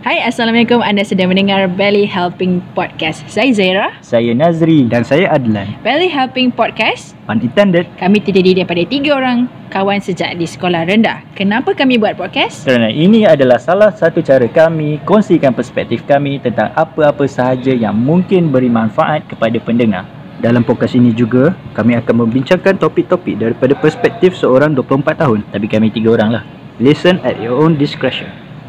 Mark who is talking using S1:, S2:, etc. S1: Hai, Assalamualaikum. Anda sedang mendengar Belly Helping Podcast. Saya Zaira.
S2: Saya Nazri dan saya Adlan.
S1: Belly Helping Podcast,
S2: Pun intended
S1: kami terdiri daripada tiga orang kawan sejak di sekolah rendah. Kenapa kami buat podcast?
S2: kerana ini adalah salah satu cara kami kongsikan perspektif kami tentang apa-apa sahaja yang mungkin beri manfaat kepada pendengar. Dalam podcast ini juga, kami akan membincangkan topik-topik daripada perspektif seorang 24 tahun. Tapi kami tiga orang lah. Listen at your own discretion.